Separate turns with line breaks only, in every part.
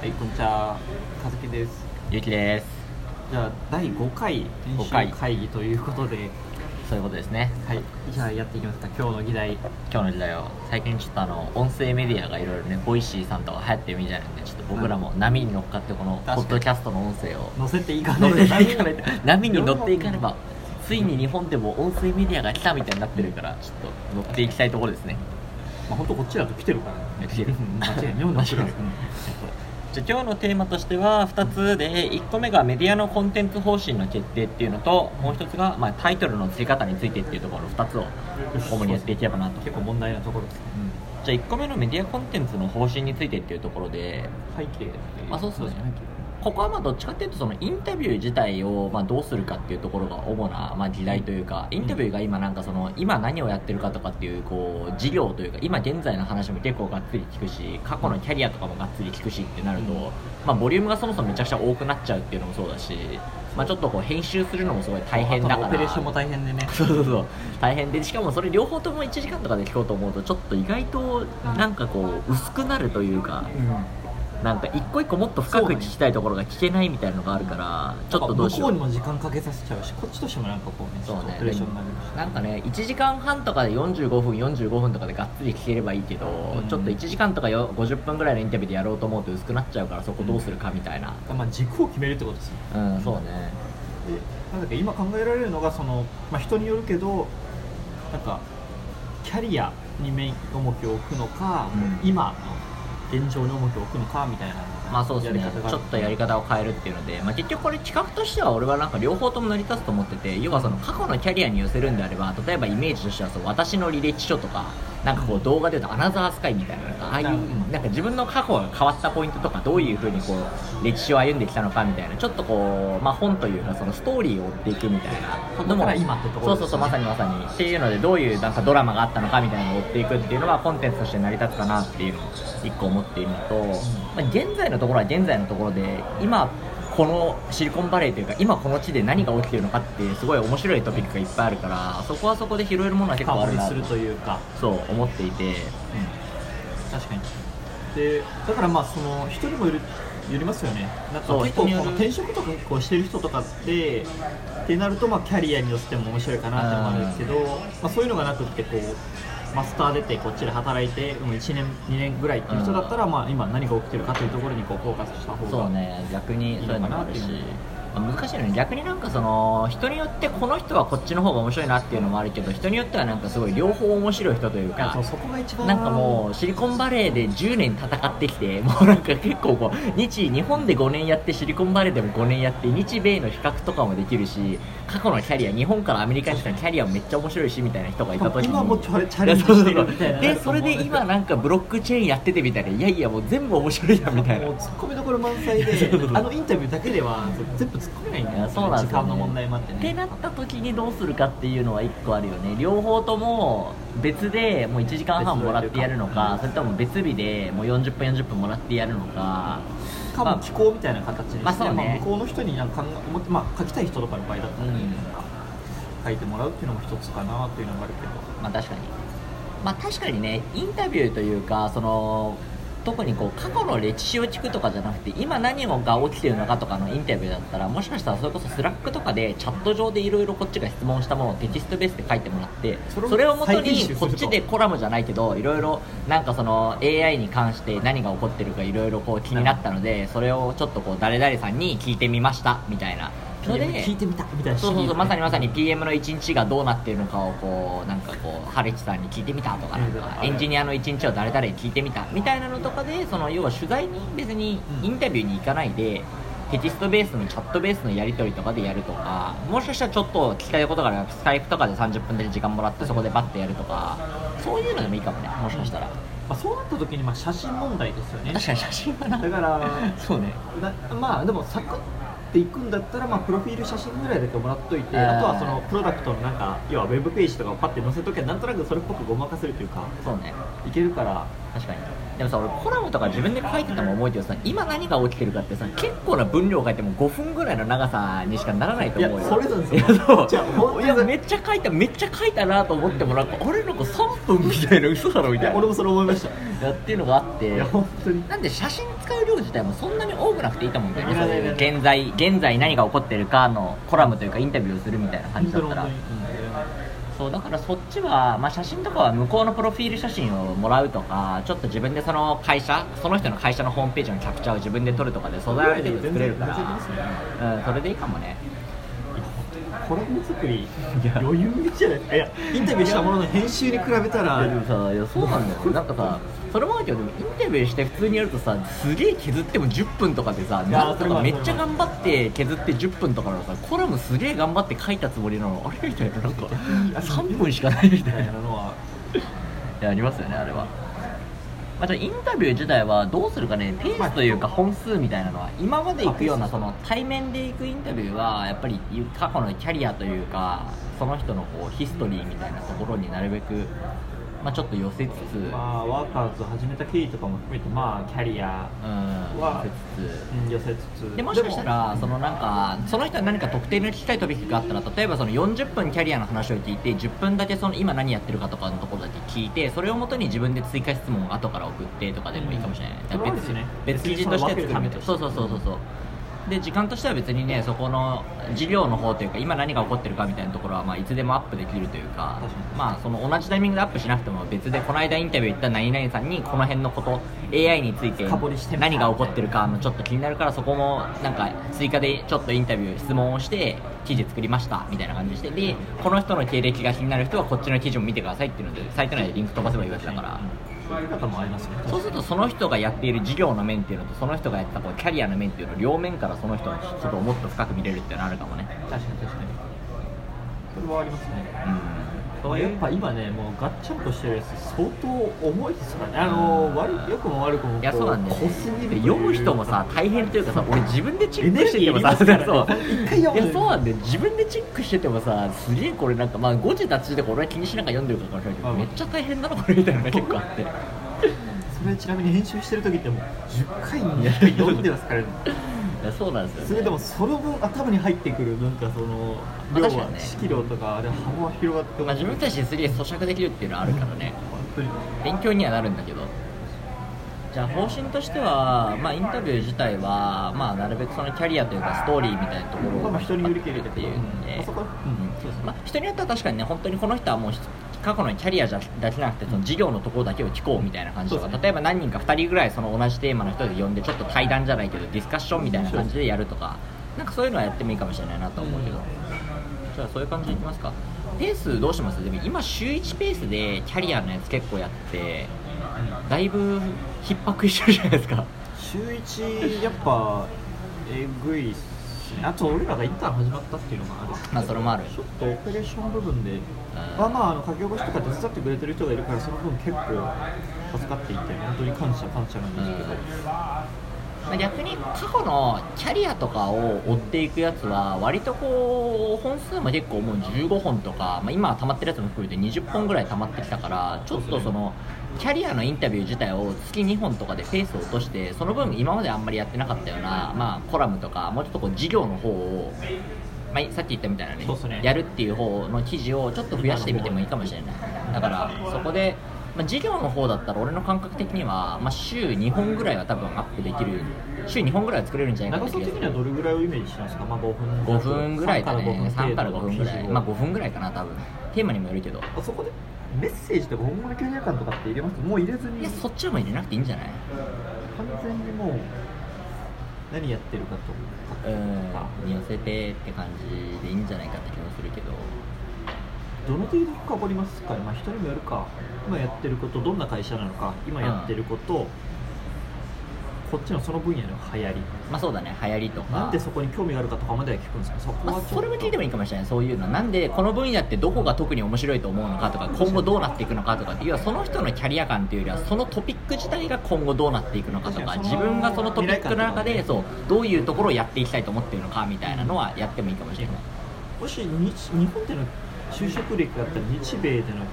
はい、こんにちは。かずきです。
ゆうきです
じゃあ、第5回
五回
編集会議ということで、
そういうことですね
はい、じゃあやっていきますか、今日の議題。
今日の時代を最近ちょっとあの音声メディアがいろいろねボイシーさんとか流行ってるみたいなんでちょっと僕らも波に乗っかってこの
確
ポ
かに
ッドキャストの音声を
載せていかな
乗
い
っ
と
ていかないと波に乗っていかればついに日本でも音声メディアが来たみたいになってるからちょっと乗っていきたいところですね
まあ、本当こっちだと来てるからね。
来て
う
る
ん間 違いない。妙なこ
間違い
と
な
だ
いじゃあ今日のテーマとしては2つで1個目がメディアのコンテンツ方針の決定っていうのともう1つがまあタイトルの付け方についてっていうところの2つを主にやっていければなと
結構問題なところですね。
じゃあ1個目のメディアコンテンツの方針についてっていうところで
背景
あそうっすね
背景
ここはまあどっちかっていうとそのインタビュー自体をまあどうするかっていうところが主なまあ議題というかインタビューが今なんかその今何をやってるかとかっていうこう事業というか今現在の話も結構がっつり聞くし過去のキャリアとかもがっつり聞くしってなると
うん
まあボリュームがそもそもめちゃくちゃ多くなっちゃうっていうのもそうだしまあちょっとこう編集するのもすごい大変だか
あと
ら
オペレーションも大変でね。
そうそうそう大変でしかもそれ両方とも1時間とかで聞こうと思うとちょっと意外となんかこう薄くなるというかなんか一個一個もっと深く聞きたいところが聞けないみたいなのがあるからちょっとどうしよ
向こう
う
にも時間かけさせちゃうし、こっちとしてもなんかこうね、ち
そ
ょっ
う
とオ
ね
ペレーションになるし。
なんかね1時間半とかで45分45分とかでがっつり聞ければいいけど、
うん
ちょっと1時間とかよ50分ぐらいのインタビューでやろうと思うと薄くなっちゃうからそこどうするかみたいな
まあ、軸を決めるってことですよ。
うん、そうね
でなんだか今考えられるのがその、まあ、人によるけどなんかキャリアに目重きを置くのか、
うん
今の現状に重きを置くのかみたいな
まあそうですね
やり方がある
ちょっとやり方を変えるっていうので、まあ、結局これ企画としては俺はなんか両方とも成り立つと思ってて要はその過去のキャリアに寄せるんであれば例えばイメージとしてはそう私の履歴書とかなんかこう動画で言うとアナザースカイみたいななんかああいう
なるほ
なんか自分の過去が変わったポイントとかどういうふうにこう歴史を歩んできたのかみたいなちょっとこう、まあ、本というかそのストーリーを追っていくみたいなの
だか
も
ら今ってところですね
そうそうそうまさにまさにっていうのでどういうなんかドラマがあったのかみたいなのを追っていくっていうのはコンテンツとして成り立つかなっていうのを一個思っているのと、まあ、現在のところは現在のところで今このシリコンバレーというか今この地で何が起きてるのかっていうすごい面白いトピックがいっぱいあるからそこはそこで拾えるものは結構
深掘
ある
り
な
するというか、
そう思っていて
確かにでだからまあその人にもよるよりますよねなんか
そう
結構こ
人によ
の
る
転職とかこうしてる人とかってってなるとまあキャリアによっても面白いかなって思うんですけど、まあ、そういうのがなくってこうマスター出てこっちで働いてもう1年2年ぐらいっていう人だったらまあ今何が起きてるかというところにこうフォーカスした方が
そうね逆にそういうのもあるし
いいのかなっていう
まあ難しいよね逆になんかその人によってこの人はこっちの方が面白いなっていうのもあるけど人によってはなんかすごい両方面白い人という
いや
か
そうそこが一番
なんかもうシリコンバレーで10年戦ってきて もうなんか結構こう日日本で5年やってシリコンバレーでも5年やって日米の比較とかもできるし過去のキャリア日本からアメリカに来たキャリアもめっちゃ面白いしみたいな人がいた時に
今もチャレチャレンジしてるみたいな
でそれで今なんかブロックチェーンやっててみたいないやいやもう全部面白いやんみたいな
もうツッコミどころ満載 であのインタビューだけでは全部ツッコめないんだ
い
よ
やそうなんですよね
時間の問題もあってね
ってなった時にどうするかっていうのは1個あるよね両方とも別でもう1時間半もらってやるのかそれとも別日でもう40分40分もらってやるのか
かも寄稿みたいな形にして、
まあそうね
まあ向こうの人になんか考え思って、まあ、書きたい人とかの場合だったら、
うん
書いてもらうっていうのも一つかなっていうのもあるけど
まあ確かにまあ確かにねインタビューというかその特にこう過去の歴史を聞くとかじゃなくて今何が起きてるのかとかのインタビューだったらもしかしたらそれこそスラックとかでチャット上でいろいろこっちが質問したものをテキストベースで書いてもらって
それを
それをもと
再編集す
に
ると
こっちでコラムじゃないけどいろいろなんかその AI に関して何が起こってるかいろいろこう気になったのでそれをちょっとこう誰々さんに聞いてみましたみたいなので
聞いてみたみたいな
そうそうそうまさにまさに
うん
PM の一日がどうなってるのかをこうなんかこうハレチさんに聞いてみたとかなんか
うん
エンジニアの一日を誰々に聞いてみたみたいなのとかでその要は取材に別に
うん
インタビューに行かないで。テキストベースのチャットベースのやり取りとかでやるとかもしかしたらちょっと聞きたいことがあればスカイプとかで30分で時間もらってそこでバッてやるとかそういうのでもいいかもねもしかしたら
まあ、そうなった時にまあ写真問題ですよね
確かに写真はな
だ から
そうね
なまあでもサクっていくんだったら、まあ、プロフィール写真ぐらいだけもらっといて
えー
あとはそのプロダクトのなんか要はウェブページとかをパッて載せときゃなんとなくそれっぽくごまかせるというか
そうね
いけるから
確かにでもさ俺コラムとか自分で書いてても思うけどさ今何が起きてるかってさ結構な分量書いても5分ぐらいの長さにしかならないと
いや
思うよ
それぞれです
い
よ
やそう
じゃあ本当に
いやめっちゃ書いためっちゃ書いたなと思ってもなんかあれなんか3分みたいな嘘だろみ
い
たい
や
な
俺もそれ思いました
やっていうのがあって
いや本当に
なんで写真使う量自体もそんなに多くなくていいと思うんだよね
いらないいらない
現在現在何が起こってるかのコラムというかインタビューをするみたいな感
本
じだ
当に
ったら
本
そうだからそっちは、まあ、写真とかは向こうのプロフィール写真をもらうとかちょっと自分でその会社その人の会社のホームページのキャプチャーを自分で撮るとかで素材を全部作れるから、
全然全然
うん、それでいいかもね
当にコラム作り余裕じゃないですかいやインタビューしたものの編集に比べた
いやで
ら
もさいやそうなんだよねなんかさそれもあるけどでもインタビューして普通にやるとさすげえ削っても10分とかでさ
いや
なんと
それ
か
は
めっちゃ頑張って削って10分とかなのさコラムすげえ頑張って書いたつもりなのあれみたいななんか3分しかないみ
み
た
た
い
い
な
なのは
やありますよねあれは、まあ、じゃあインタビュー自体はどうするかねペースというか本数みたいなのは今まで行くようなその対面で行くインタビューはやっぱり過去のキャリアというかその人のこうヒストリーみたいなところになるべく、まあ、ちょっと寄せつつ、
まあワーカーズを始めた経緯とかも含めてまあキャリア
うん
は
寄せつつ
うん寄せつつ
でもしかしたらそのなんかその人に何か特定の聞きたいトピックがあったら例えばその40分キャリアの話を聞いて10分だけその今何やってるかとかのところだけ聞いてそれをもとに自分で追加質問を後から送ってとかでもいいかもしれない、
うん
別
そうですね
別記事としてつかめて
別
そ
に
うそうそうそうそうで時間としては別にねそこの事業の方というか今何が起こってるかみたいなところはまあいつでもアップできるというか
確かに
まあその同じタイミングでアップしなくても別でこの間インタビュー行った何々さんにこの辺のこと AI について
深掘りしてみた
何が起こってるかあのちょっと気になるからそこもなんか追加でちょっとインタビュー質問をして記事作りましたみたいな感じにしてでこの人の経歴が気になる人はこっちの記事も見てくださいっていうのでサイト内でリンク飛ばせばいいわけだから
そういう方もありますね
そうするとその人がやっている事業の面っていうのとその人がやってたこうキャリアの面っていうのを両面からその人のことをもっと深く見れるっていうのあるかもね
確かに確かにそれはありますね
うん
やっぱ今ね、もうガッチャンコしてるやつ、相当重いっすからね、あの悪い良くも悪くもこう、
いやそうなんだよ
濃すぎるという
読む人もさ、大変というかさ俺自分でチェックしててもさ
エネルギーいります
そう
からね一回読む
いやそうなんだよ自分でチェックしててもさすげえこれなんかまあ5時立ちでこれは気にしながら読んでるからかもしれないけど
うん
めっちゃ大変だなこれみたいなのが結構あって
それちなみに編集してる時って、もう10回に1回読んでますからね、
いやそうなんですよ、ね、
それでもその分、頭に入ってくる、なんかその量
確か
は、
にね
知識量とか、あれ、幅は広がって
まあ、自分たちですげえ咀嚼できるっていうのはあるからね
本当に、
勉強にはなるんだけどじゃあ方針としては、まあ、インタビュー自体は、まあ、なるべくそのキャリアというかストーリーみたいなところを
まあ人によりけりだ
って
け
い
ど
うので
うんあそこうんそうですね
まあ、人によっては確かにね本当にこの人はもう過去のキャリアじゃだけじゃなくてその事業のところだけを聞こうみたいな感じとか、
そうですね
例えば何人か2人ぐらいその同じテーマの人で呼んでちょっと対談じゃないけどディスカッションみたいな感じでやるとかなんかそういうのはやってもいいかもしれないなと思うけど。
うん
じゃあそういう感じでいきますかペースどうしますでも今週1ペースでキャリアのやつ結構やってだいぶ逼迫してるじゃないですか
週1、やっぱ、えぐいっすね、あと俺らがインターン始まったっていうのもある
まあそれもある
ちょっとオペレーション部分で、まあまあ、あの書き起こしとか手伝ってくれてる人がいるから、その分結構助かっていて、本当に感謝、感謝なんですけど、
まあ逆に過去のキャリアとかを追っていくやつは割とこう本数も結構もう15本とか、まあ、今溜まってるやつも含めて20本ぐらい溜まってきたからちょっとそのキャリアのインタビュー自体を月2本とかでペースを落としてその分今まであんまりやってなかったような、まあ、コラムとかもうちょっとこう事業の方を、まあ、さっき言ったみたいなね
そうっすね
やるっていう方の記事をちょっと増やしてみてもいいかもしれないだからそこで、まあ、事業の方だったら俺の感覚的には、まあ、週2本ぐらいは多分アップできる週2本ぐらいは作れるんじゃないか
長
な
さ的にはどれぐらいをイメージしてますか、まあ、5分
5分ぐらいだね3
3
か
からら5
5分
分
ぐ
ぐ
ら
ら
い
い、
まあ5分ぐらいかな多分テーマにもよるけど
あそこでメッセージとか、本物のキャリア感とかって入れますもう入れず
い
に
や、そっちはもう入れなくていいんじゃない
完全にもう、何やってるかと。
うん寄せてって感じでいいんじゃないかって気もするけど
どの程度深掘りますかね、まあ、人にもよるか今やってることどんな会社なのか今やってること、こっちのその分野の流行り
まあそうだね流行りとか
なんでそこに興味があるかとかまでは聞くんですかそこ
ま
は
あ、
ちょっと
それも聞いてもいいかもしれないそういうのなんでこの分野ってどこが特に面白いと思うのかとか今後どうなっていくのかとかっていうのはその人のキャリア感というよりはそのトピック自体が今後どうなっていくのかとか
確かに
自
その
分がそのトピックの中で
未来感と
そうどういうところをやっていきたいと思っているのかみたいなのはやってもいいかもしれない
もし日日本での就職歴があったら日米での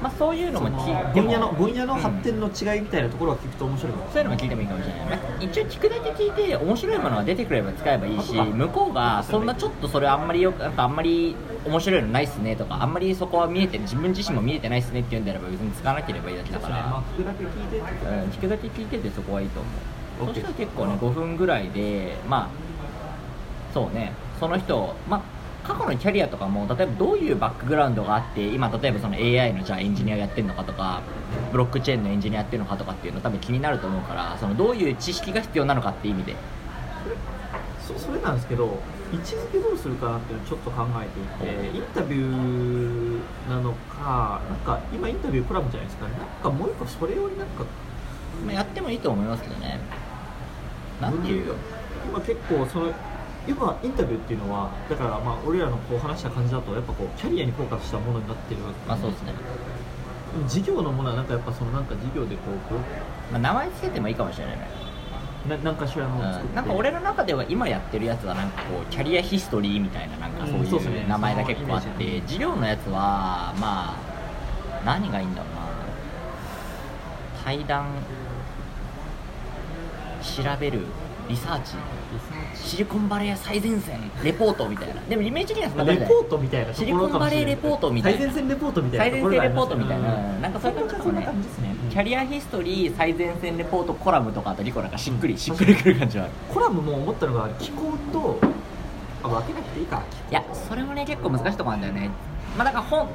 まあ、そういうの
そ
も
の
聞いても
分野の分野の
うん
発展の違いみたいなところは聞くと面白いかも
そういうのも聞いてもいいかもしれない、まあ一応聞くだけ聞いて面白いものが出てくれば使えばいいし
あそうか
向こうがそんなちょっとそれあんまりよくなんかあんまり面白いのないっすねとかあんまりそこは見えて自分自身も見えてないっすねって言うんであれば別に使わなければいいだけだか
そうですねま
ら
あ、聞くだけ聞いて
うん、聞くだけ聞いててそこはいいと思う
OK
そしたら結構ね5分ぐらいでまあそうねその人まあ過去のキャリアとかも例えばどういうバックグラウンドがあって今例えばその AI のじゃあエンジニアやってるのかとかブロックチェーンのエンジニアやってるのかとかっていうの多分気になると思うからそのどういう知識が必要なのかって意味で
そそれなんですけど位置づけどうするかなっていうのをちょっと考えていてインタビューなのかなんか今インタビューコラムじゃないですかなんかもう一個それよりなんか
まあやってもいいと思いますけどねなんていうよ
今結構その今インタビューっていうのはだからまあ俺らのこう話した感じだとやっぱこうキャリアにフォーカスしたものになってるわけ
まあそうですね、
事業のものはなんかやっぱそのなんか事業でこうこ
まあ、名前つけてもいいかもしれないね
うななんかしらのを作って、
なんか俺の中では今やってるやつはなんかこうキャリアヒストリーみたいななんかそう
うんそうっす
い
ね
う名前が結構あっ
そのイメ
て事業のやつはまあ何がいいんだろうな対談調べるリサーチシリコンバレー最前線レポートみたいなでもイメージ的にはそんな
レ
感じだ
ポ
よ
ートみたいなと
シ
こ
リ
ろ
コン
か
バ
もし
レ
れ
ー
ない
レポートみたいな
最前線レポートみたい
最
な
前
と
線
ころがあり
レポ
ま
ー
すよ
ト
ね
みたいな、なんかそういう感じだ
そんな感じですね、うん
キャリアヒストリー最前線レポートコラムとかあとリコなんかしっくりしっくりくる感じはある
コラムも思ったのが気候とあ分けなくていいか
いやそれもね結構難しいところなんだよねまあなんか本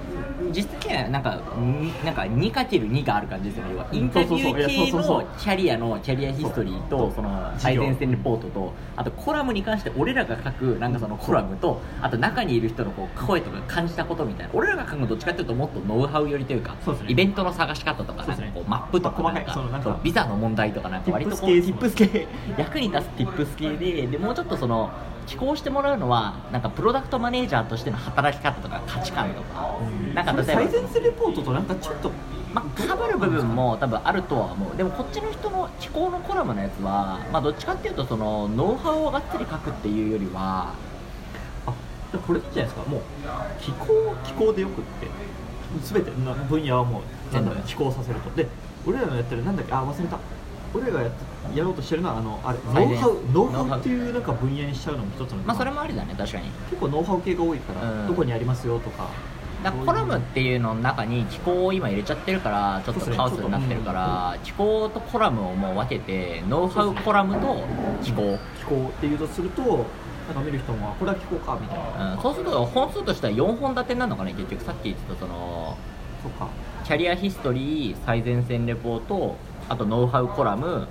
実的にはなんかになんか 2×2 がある感じですよね要はインタビュ
そうそう
ー系
そういやそうそうそう
のキャリアのキャリアヒストリーとその最前線レポートとあとコラムに関して俺らが書くなんかそのコラムとあと中にいる人のこう声とか感じたことみたいな俺らが書くのどっちかっていうともっとノウハウ寄りというか
そうですね
イベントの探し方とか
そうん
な
です
か
ね
こうマップとか
細
な
かい
んか
そのなんか
そうビザの問題とかなんか割とこう
Tips 系
Tips 系役に立つ Tips 系ででもうちょっとその寄稿してもらうのはなんかプロダクトマネージャーとしての働き方とか価値観とか、なんか
それ
例えば
最前線レポートとなんかちょっと
まあ、かぶる部分も多分あるとは思うでもこっちの人の気候のコラムのやつは、まあ、どっちかっていうとそのノウハウをがっつり書くっていうよりは
あじゃあこれでいいんじゃないですかもう気候気候でよくって全ての分野はもうなんだろう
全部
気候させるとで俺らのやってるなんだっけあ忘れた俺らがやっやろうとしてるのはあのあれ
最
ノウ
前
ハウノウ
ノウハ
ハ
ウ
ウっていうなんか分野にしちゃうのも一つの
まあそれもありだね確かに
結構ノウハウ系が多いから、
うん
どこにありますよとか
だからコラムっていうのの中に気候を今入れちゃってるからちょっとカオスになってるから気候とコラムをもう分けてノウハウコラムと気候
気候っていうとするとなんか見る人もあこれは気候かみたいな、
うんそうすると本数としては4本立てになるのかね結局さっき言ってたその
とか
キャリアヒストリー最前線レポートあとノウハウコラム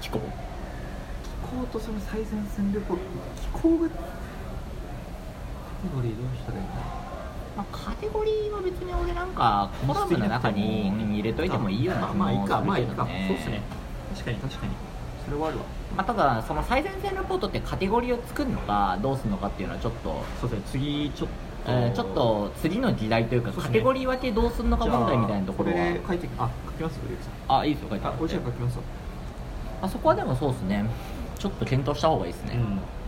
気候
気候とその最前線旅行気候がカテゴリーどうしたらいいか
まあカテゴリーは別に俺なんかコラムの中にうん入れといてもいいような
まあまあいいか
も
まあ
す
いい
るけど
かそうですね確かに確かにそれはあるわ
まあ、ただその最前線レポートってカテゴリーを作るのかどうするのかっていうのはちょっと
そうですね次ちょっと、
えーちょっと次の議題というか
そうです
カ
ね
テゴリー分けどうするのか問題みたいなところ
じゃあこ
は
れ書いてあ書きますゆうきさん
あいいですよ書いても
あ
らって
おじゃ書きますわ
あそこはでもそうですねちょっと検討した方がいいですね、まあ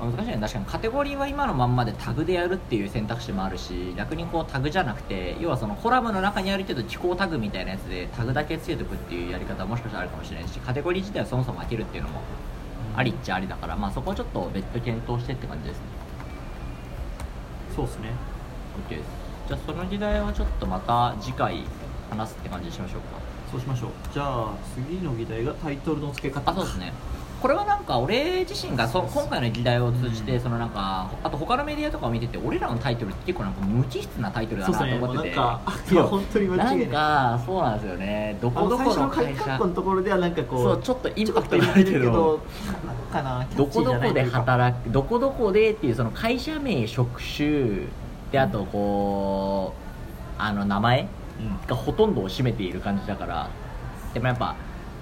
難しいね確かにカテゴリーは今のまんまでタグでやるっていう選択肢もあるし逆にこうタグじゃなくて要はそのコラムの中にあるけど機構タグみたいなやつでタグだけつけとくっていうやり方はもしかしたらあるかもしれないしカテゴリー自体はそもそも開けるっていうのもありっちゃありだからまあそこはちょっと別途検討してって感じですね
そうですね
OK ですじゃあその議題はちょっとまた次回話すって感じにしましょうか
そうしましょうじゃあ次の議題がタイトルの付け方
あそうですねこれはなんか俺自身がそ今回の議題を通じて、そのなんかあと他のメディアとかを見てて俺らのタイトルって結構なんか無機質なタイトルだ
そうですね
なと
もう
思っ
な
て
ん
て
かい
そう
や本当に間違いない
なんかそうなんですよねど
あ
こ
の
どこ
最初の
の
カギ
会
カ
社
ッコのところではなんかこう
そうちょっとインパク
ちょっと
トがある
入
け
れて
ど
かなキャ
ど
ッチ
こ
ーじ
ど
ゃない
ことで
いうか
働くどこどこでっていうその会社名職種であとこうあの名前
うん
がほとんどを占めている感じだからでもやっぱ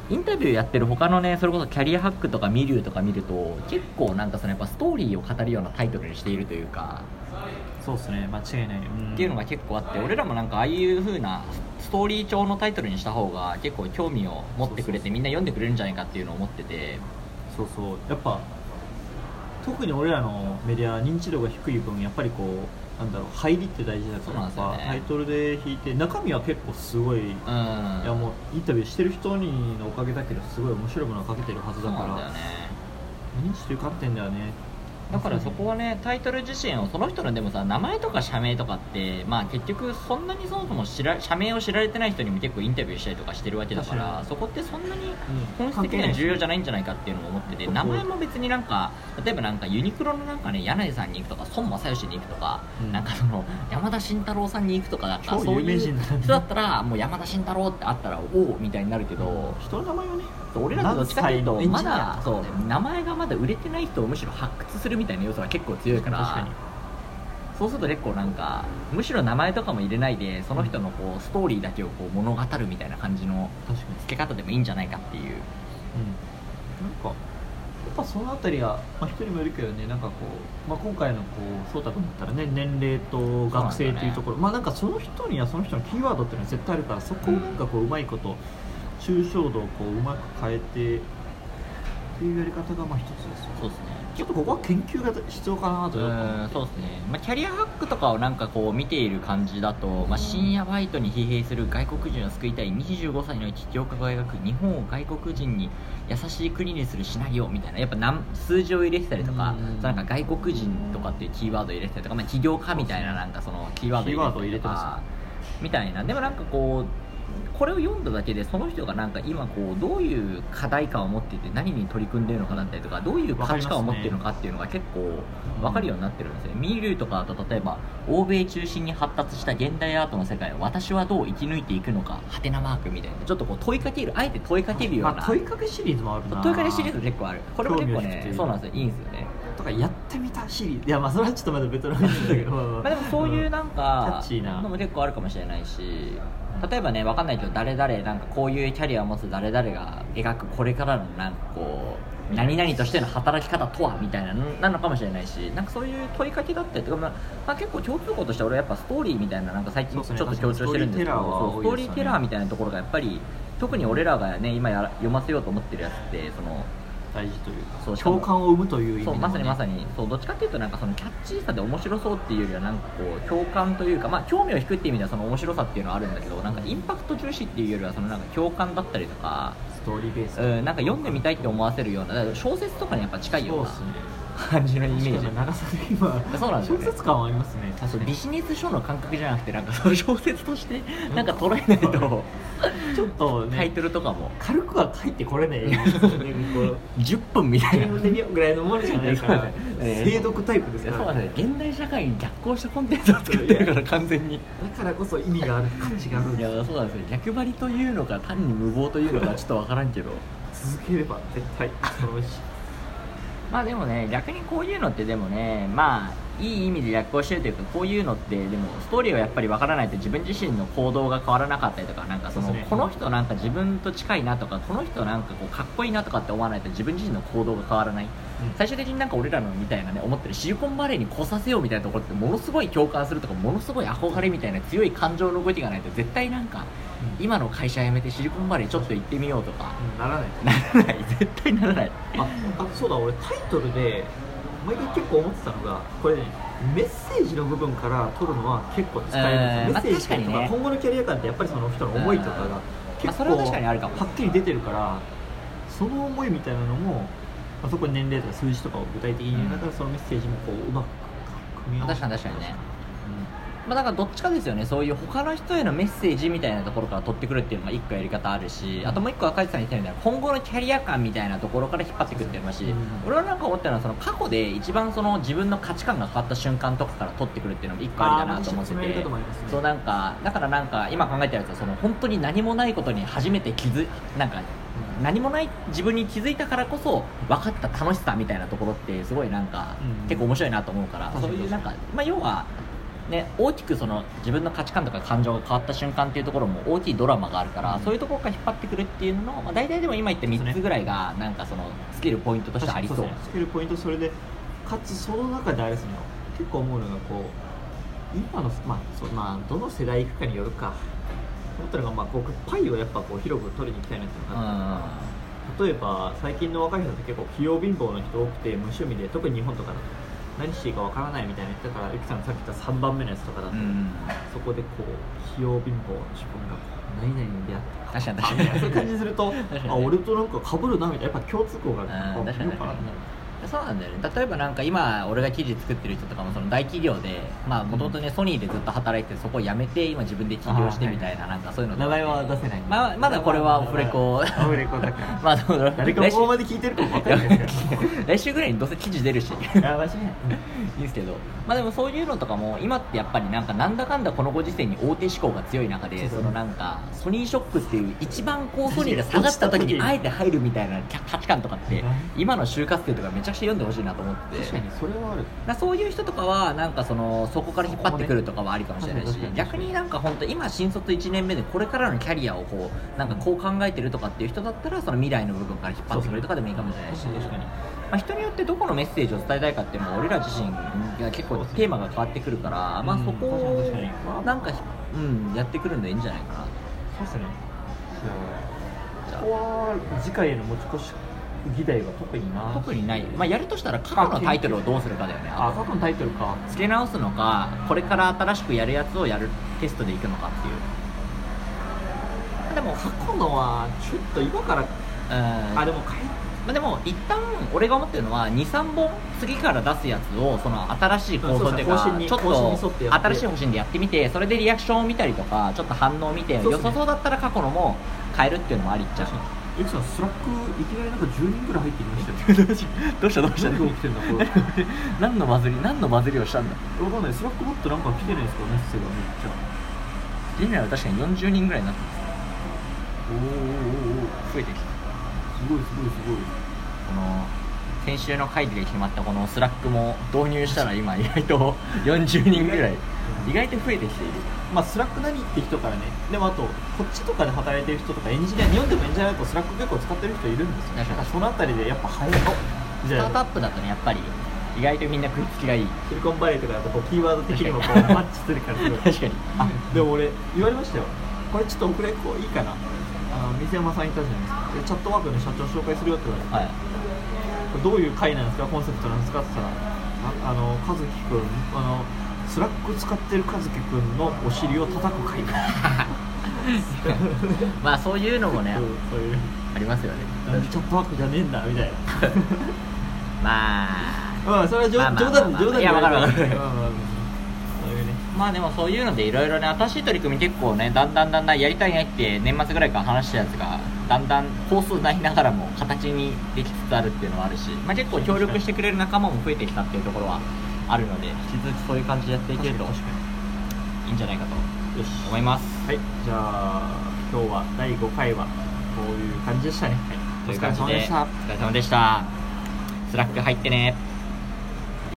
インタビューやってる他のねそれこそキャリアハックとかミリューとか見ると結構なんかそのやっぱストーリーを語るようなタイトルにしているというか
そうですね間違いないうん
っていうのが結構あって俺らもなんかああいう風なストーリー調のタイトルにした方が結構興味を持ってくれてみんな読んでくれるんじゃないかっていうのを思ってて
そうそうやっぱ特に俺らのメディア認知度が低い分やっぱりこうなんだろう入りって大事だからやっ
そうなん
ぱ
ですよね
タイトルで弾いて中身は結構すごい、い
う
や
ん
もうインタビューしてる人にのおかげだけどすごい面白いものがかけてるはず
そ
だ
う
か
なんだよ
ら
ね
認知という観点ではね
だからそこはねタイトル自身をその人のでもさ名前とか社名とかってまあ結局そんなにそもそも知ら社名を知られてない人にも結構インタビューしたりとかしてるわけだから
確かに
そこってそんなに
うん
本質的には重要じゃないんじゃないかっていうのも思ってて
そう
名前も別になんか例えばなんかユニクロのなんかね柳井さんに行くとか孫正義に行くとか、
うん
なんかその山田慎太郎さんに行くとかだったら
超
そ
有
うい
名
う
人だね
人だったらもう山田慎太郎ってあったらおおみたいになるけど。
人の名前をね
俺らとどっちかっていう
何
と
歳のエ
ま
ンジニア
だそう名前がまだ売れてない人をむしろ発掘するみたいな要素が結構強いから
確かに
そうすると結構なんかむしろ名前とかも入れないでその人のこうストーリーだけをこう物語るみたいな感じの
確かに
付け方でもいいんじゃないかっていう
うん、なんかやっぱそのあたりが、まあ、人にもよるけどねなんかこう、まあ、今回のこう颯太君だったらね年齢と学生というところ、まあなんかその人にはその人のキーワードっていうのは絶対あるからそこをなんかこううまいこと抽象度をこううまく変えてっていうやり方がまあ一つですよね
そうですね
ちょっとここは研究が必要かなと
う
やっぱ
んそうですね、まあ、キャリアハックとかをなんかこう見ている感じだと、まあ、深夜バイトに疲弊する外国人を救いたい25歳の起業家が描く日本を外国人に優しい国にするシナリオみたいなやっぱ何数字を入れてたりとか,、
うん
なんか外国人とかっていうキーワードを入れてたりとか、まあ、起業家みたいななんかそのキーワードを入れて
キー
たりと
ワードを
かみたいなでもなんかこうこれを読んだだけでその人がなんか今こうどういう課題感を持っていて何に取り組んでいるのかだったりとかどういう価値観を持っているのかっていうのが結構分かるようになってるんですよね、ミールーとかだと例えば欧米中心に発達した現代アートの世界を私はどう生き抜いていくのかはてなマークみたいなちょっとこう問いかけるあえて問いかけるような、
まあ、問いかけシリーズもあるな
問いかけシリーズ結構あるこれも結構
興味を引くとい
ね
う
そうなんですよいいんですよね
とかやってみたシリーズいやまあそれはちょっとまだベトナムなんだけどま
まあ、でもそういうなんか
キャッチーな
のも結構あるかもしれないし例えばね分かんないけど誰々なんかこういうキャリアを持つ誰々が描くこれからのなんかこう何々としての働き方とはみたいなのなのかもしれないしなんかそういう問いかけだったりとか、まあまあ、結構共通項として俺やっぱストーリーみたいななんか最
そ
近
うで
ち
す
ょっ
ね
と強調してるんですけど
確かに
そう
ス
ス
ト
ト
ー
ー
リ
リ
ー
ー
テ
テ
ラーは多いです
ラ
よね
ーみたいなところがやっぱり特に俺らがね今やら読ませようと思ってるやつってその
大事というか
そう
共感を生むという意味で
そ
も
う
ね
まさにまさにそうどっちかっていうとなんかそのキャッチーさで面白そうっていうよりはなんかこう共感というか、まあ、興味を引くっていう意味ではその面白さっていうのはあるんだけどなんかインパクト重視っていうよりはそのなんか共感だったりとか、
ストーリーベース
うん、なんか読んでみたいって思わせるようなだから小説とかにやっぱ近いような
そうですね
感じのイメ
イメ
ー
ー
ジ
ジ長さで今
そうなんですよね
小説感はありますね確か
ビ
に
ジネス書の感覚じゃなくてなんかその小説としてなんか捉えないと
ちょっと
タイ
ね
トルとかも
軽くは書いてこれないこ
10分みた
う
いな
読んでみようぐらいのものじゃないから
そうね
精読タイプです
そ
か
う
ら
なんですよ現代社会に逆行したコンテンツを作ってるから完全に。
だからこそ意味がある感じがあるん
い
で
やそうなんですよ逆張りというのか単に無謀というのかちょっと分からんけど
す続ければ絶対楽しい
まあでもね逆にこういうのってでもねまあいい意味で逆行してるというかこういうのってでもストーリーはやっぱり分からないと自分自身の行動が変わらなかったりとかなんかその
そうですね
この人なんか自分と近いなとかこの人なんかこうかっこいいなとかって思わないと自分自身の行動が変わらない最終的になんか俺らのみたいなね思ってるシリコンバレーに来させようみたいなところってものすごい共感するとかものすごい憧れみたいな強い感情の動きがないと絶対なんか
うん
今の会社辞めてシリコンバレーちょっと行ってみようとか
うんならない
ならない絶対ならない
ああそうだ俺タイトルで毎回結構思ってたのがこれねメッセージの部分から取るのは結構使え
う
る
ん
メッセージと
まあ確かに
か
ね
今後のキャリア感ってやっぱりその人の思いとか
うん
が
まあ
結
そ
構
れは確かにあるかも
はっきり出てるからその思いみたいなのも、まあ、そこに年齢とか数字とかを具体的に入れながらそのメッセージもこううまく組み合わせ
確かに確かにねまあだからどっちかですよねそういう他の人へのメッセージみたいなところから取ってくるっていうのが一個やり方あるしあともう一個赤字さんに言ったような今後のキャリア感みたいなところから引っ張ってくっていうのもあるし、
うん
俺はなんか思ったのはその過去で一番その自分の価値観が変わった瞬間とかから取ってくるっていうのも一個ありだなと思って
あーまあ確かにそのやり
て
方もありますね
そうなんかだからなんか今考えてるやつはその本当に何もないことに初めて気づなんか何もない自分に気づいたからこそ分かった楽しさみたいなところってすごいなんか、
うん
結構面白いなと思うから
確か
そう
に
いうなんか、まあ、要は、ね、大きくその自分の価値観とか感情が変わった瞬間っていうところも大きいドラマがあるから、
うん
そういうところから引っ張ってくるっていうのの、まあ、大体でも今言った
そうで
3
すね
つぐらいがなんかそのスキルポイントとしてありそう
ですねつけるポイントそれでかつその中であれですね結構思うのがこう今のまあそうまあどの世代行くかによるか思ったのがまあこうパイをやっぱこう広く取りに行きたいなっていう
う
の
ん
があって例えば最近の若い人って結構器用貧乏の人多くて無趣味で特に日本とかだと何していいかわからないみたいな言ってたからゆきさんさっき言った3番目のやつとかだと、
うん
そこでこう器用貧乏の自分が何々に出会って
確かに
あ
確
みたいな
かに
そういう感じすると
確かにね
あ俺となんか被るなみたいなやっぱ共通項がある
うん
あ
確
見
かに
ようかなみたいな
そうなんだよね例えばなんか今俺が記事作ってる人とかもその大企業でまあもともとねソニーでずっと働いてそこを辞めて今自分で起業してみたいななんかそういうのと
名
かね
前は出せない
まあまだこれはオフレ コ
オフレコだから
まあどうだろう
誰かもここまで聞いてるかもわかんないですけど
来週ぐらいにどうせ記事出 るし
やばしね
いいですけど、まあ、でもそういうのとかも今ってやっぱりなんかなんだかんだこのご時世に大手志向が強い中で
そうそう
そのなんかソニーショックっていう一番こうソニーが下がった時にあえて入るみたいな価価値観とかって今の就活生とかめちゃくちゃ読んでほしいなと思って
確か
て。
にそれはある
だからそういう人とかはなんかそのそこから引っ張ってくるとかはありかもしれないし
確かに確か
逆
に
になんか本当今新卒1年目でこれからのキャリアをこうなんかこう考えてるとかっていう人だったらその未来の部分から引っ張ってくるとかでもいいかもしれないし
そうそう確かに確
まあ、人によってどこのメッセージを伝えたいかっていうのは俺ら自身が結構テーマが変わってくるから、まあ、
うん
そこ
確かに確か
を
に
なんかひ、うん、やってくるんでいいんじゃないかな
そうですね
じ
じ
ゃ
ゃ
あ
あここは次回への持ち越し議題は特にな
特にない、まあ、やるとしたら過去のタイトルをどうするかだよね
あ過去のタイトルか
付け直すのかこれから新しくやるやつをやるテストでいくのかっていう
でも過去のはちょっと今から
うん
あでも変え
まあ、でも一旦俺が思ってるのは23本次から出すやつをその新しい構想という
うんそう
か
そう
ちょっ
方針に方針に沿って
と
やって
新しい方針でやってみてそれでリアクションを見たりとかちょっと反応を見て
そう
良
っすね
さそうだったら過去のも変えるっていうのもありっちゃう
ゆきさんスラックいきなりなんか10人ぐらい入ってきましたよ
どうしたどうした
何が起きてんだこれ
何のバズり何のバズりをしたんだ
わかんないスラックもっとなんか来てないですかメッセがめっちゃ
リナは確かに40人ぐらいになってま
おーおーおーお
す
ー
増えてきた
すごいすごいすごい
この先週の会議で決まったこのスラックも導入したら今意外と40人ぐらい意外と増えてきている
まあスラック何って人からねでもあとこっちとかで働いてる人とかエンジニア日本でもエンジニアだとスラック結構使ってる人いるんですよだか
確かに
らそのあたりでやっぱ早いお
ス
じ
タ
ゃ
ートア
あ
ップだとねやっぱり意外とみんな食いつきがいい
シリコンバレーとかだとこうキーワード的にもこうマッチするからすごい
確かに
あでも俺言われましたよこれちょっと遅れこういいかなあの水山さんいたじゃないですかでチャットワークの社長紹介するよって言われて、
はい
これどういう会なんですかコンセプトなんですかって言ったらああの和樹君あのスラック使ってる和樹君のお尻を叩く 会
まあそういうのもね
そうそういう
ありますよね
なんでチャットワークじゃねえんだみ たいな
まあ
まあそれは冗
まあまあ
冗談
まあ
冗談
いやわかるわか
ま
る
あまあまあそういうね
まあでもそういうのでいろいろね新しい取り組み結構ねだんだんだんだんやりたいねって年末ぐらいから話したやつがだんだん放送になりながらも形にできつつあるっていうのはあるし、まあ、結構協力してくれる仲間も増えてきたっていうところはあるので引き続きそういう感じでやっていけると
確か
いいんじゃないかと
によし
思います
はいじゃあ今日は第5回はこういう感じでしたね、はい、
と
お
いう
疲れ
感
様
じで
でした
お疲れ様でしたスラック入ってね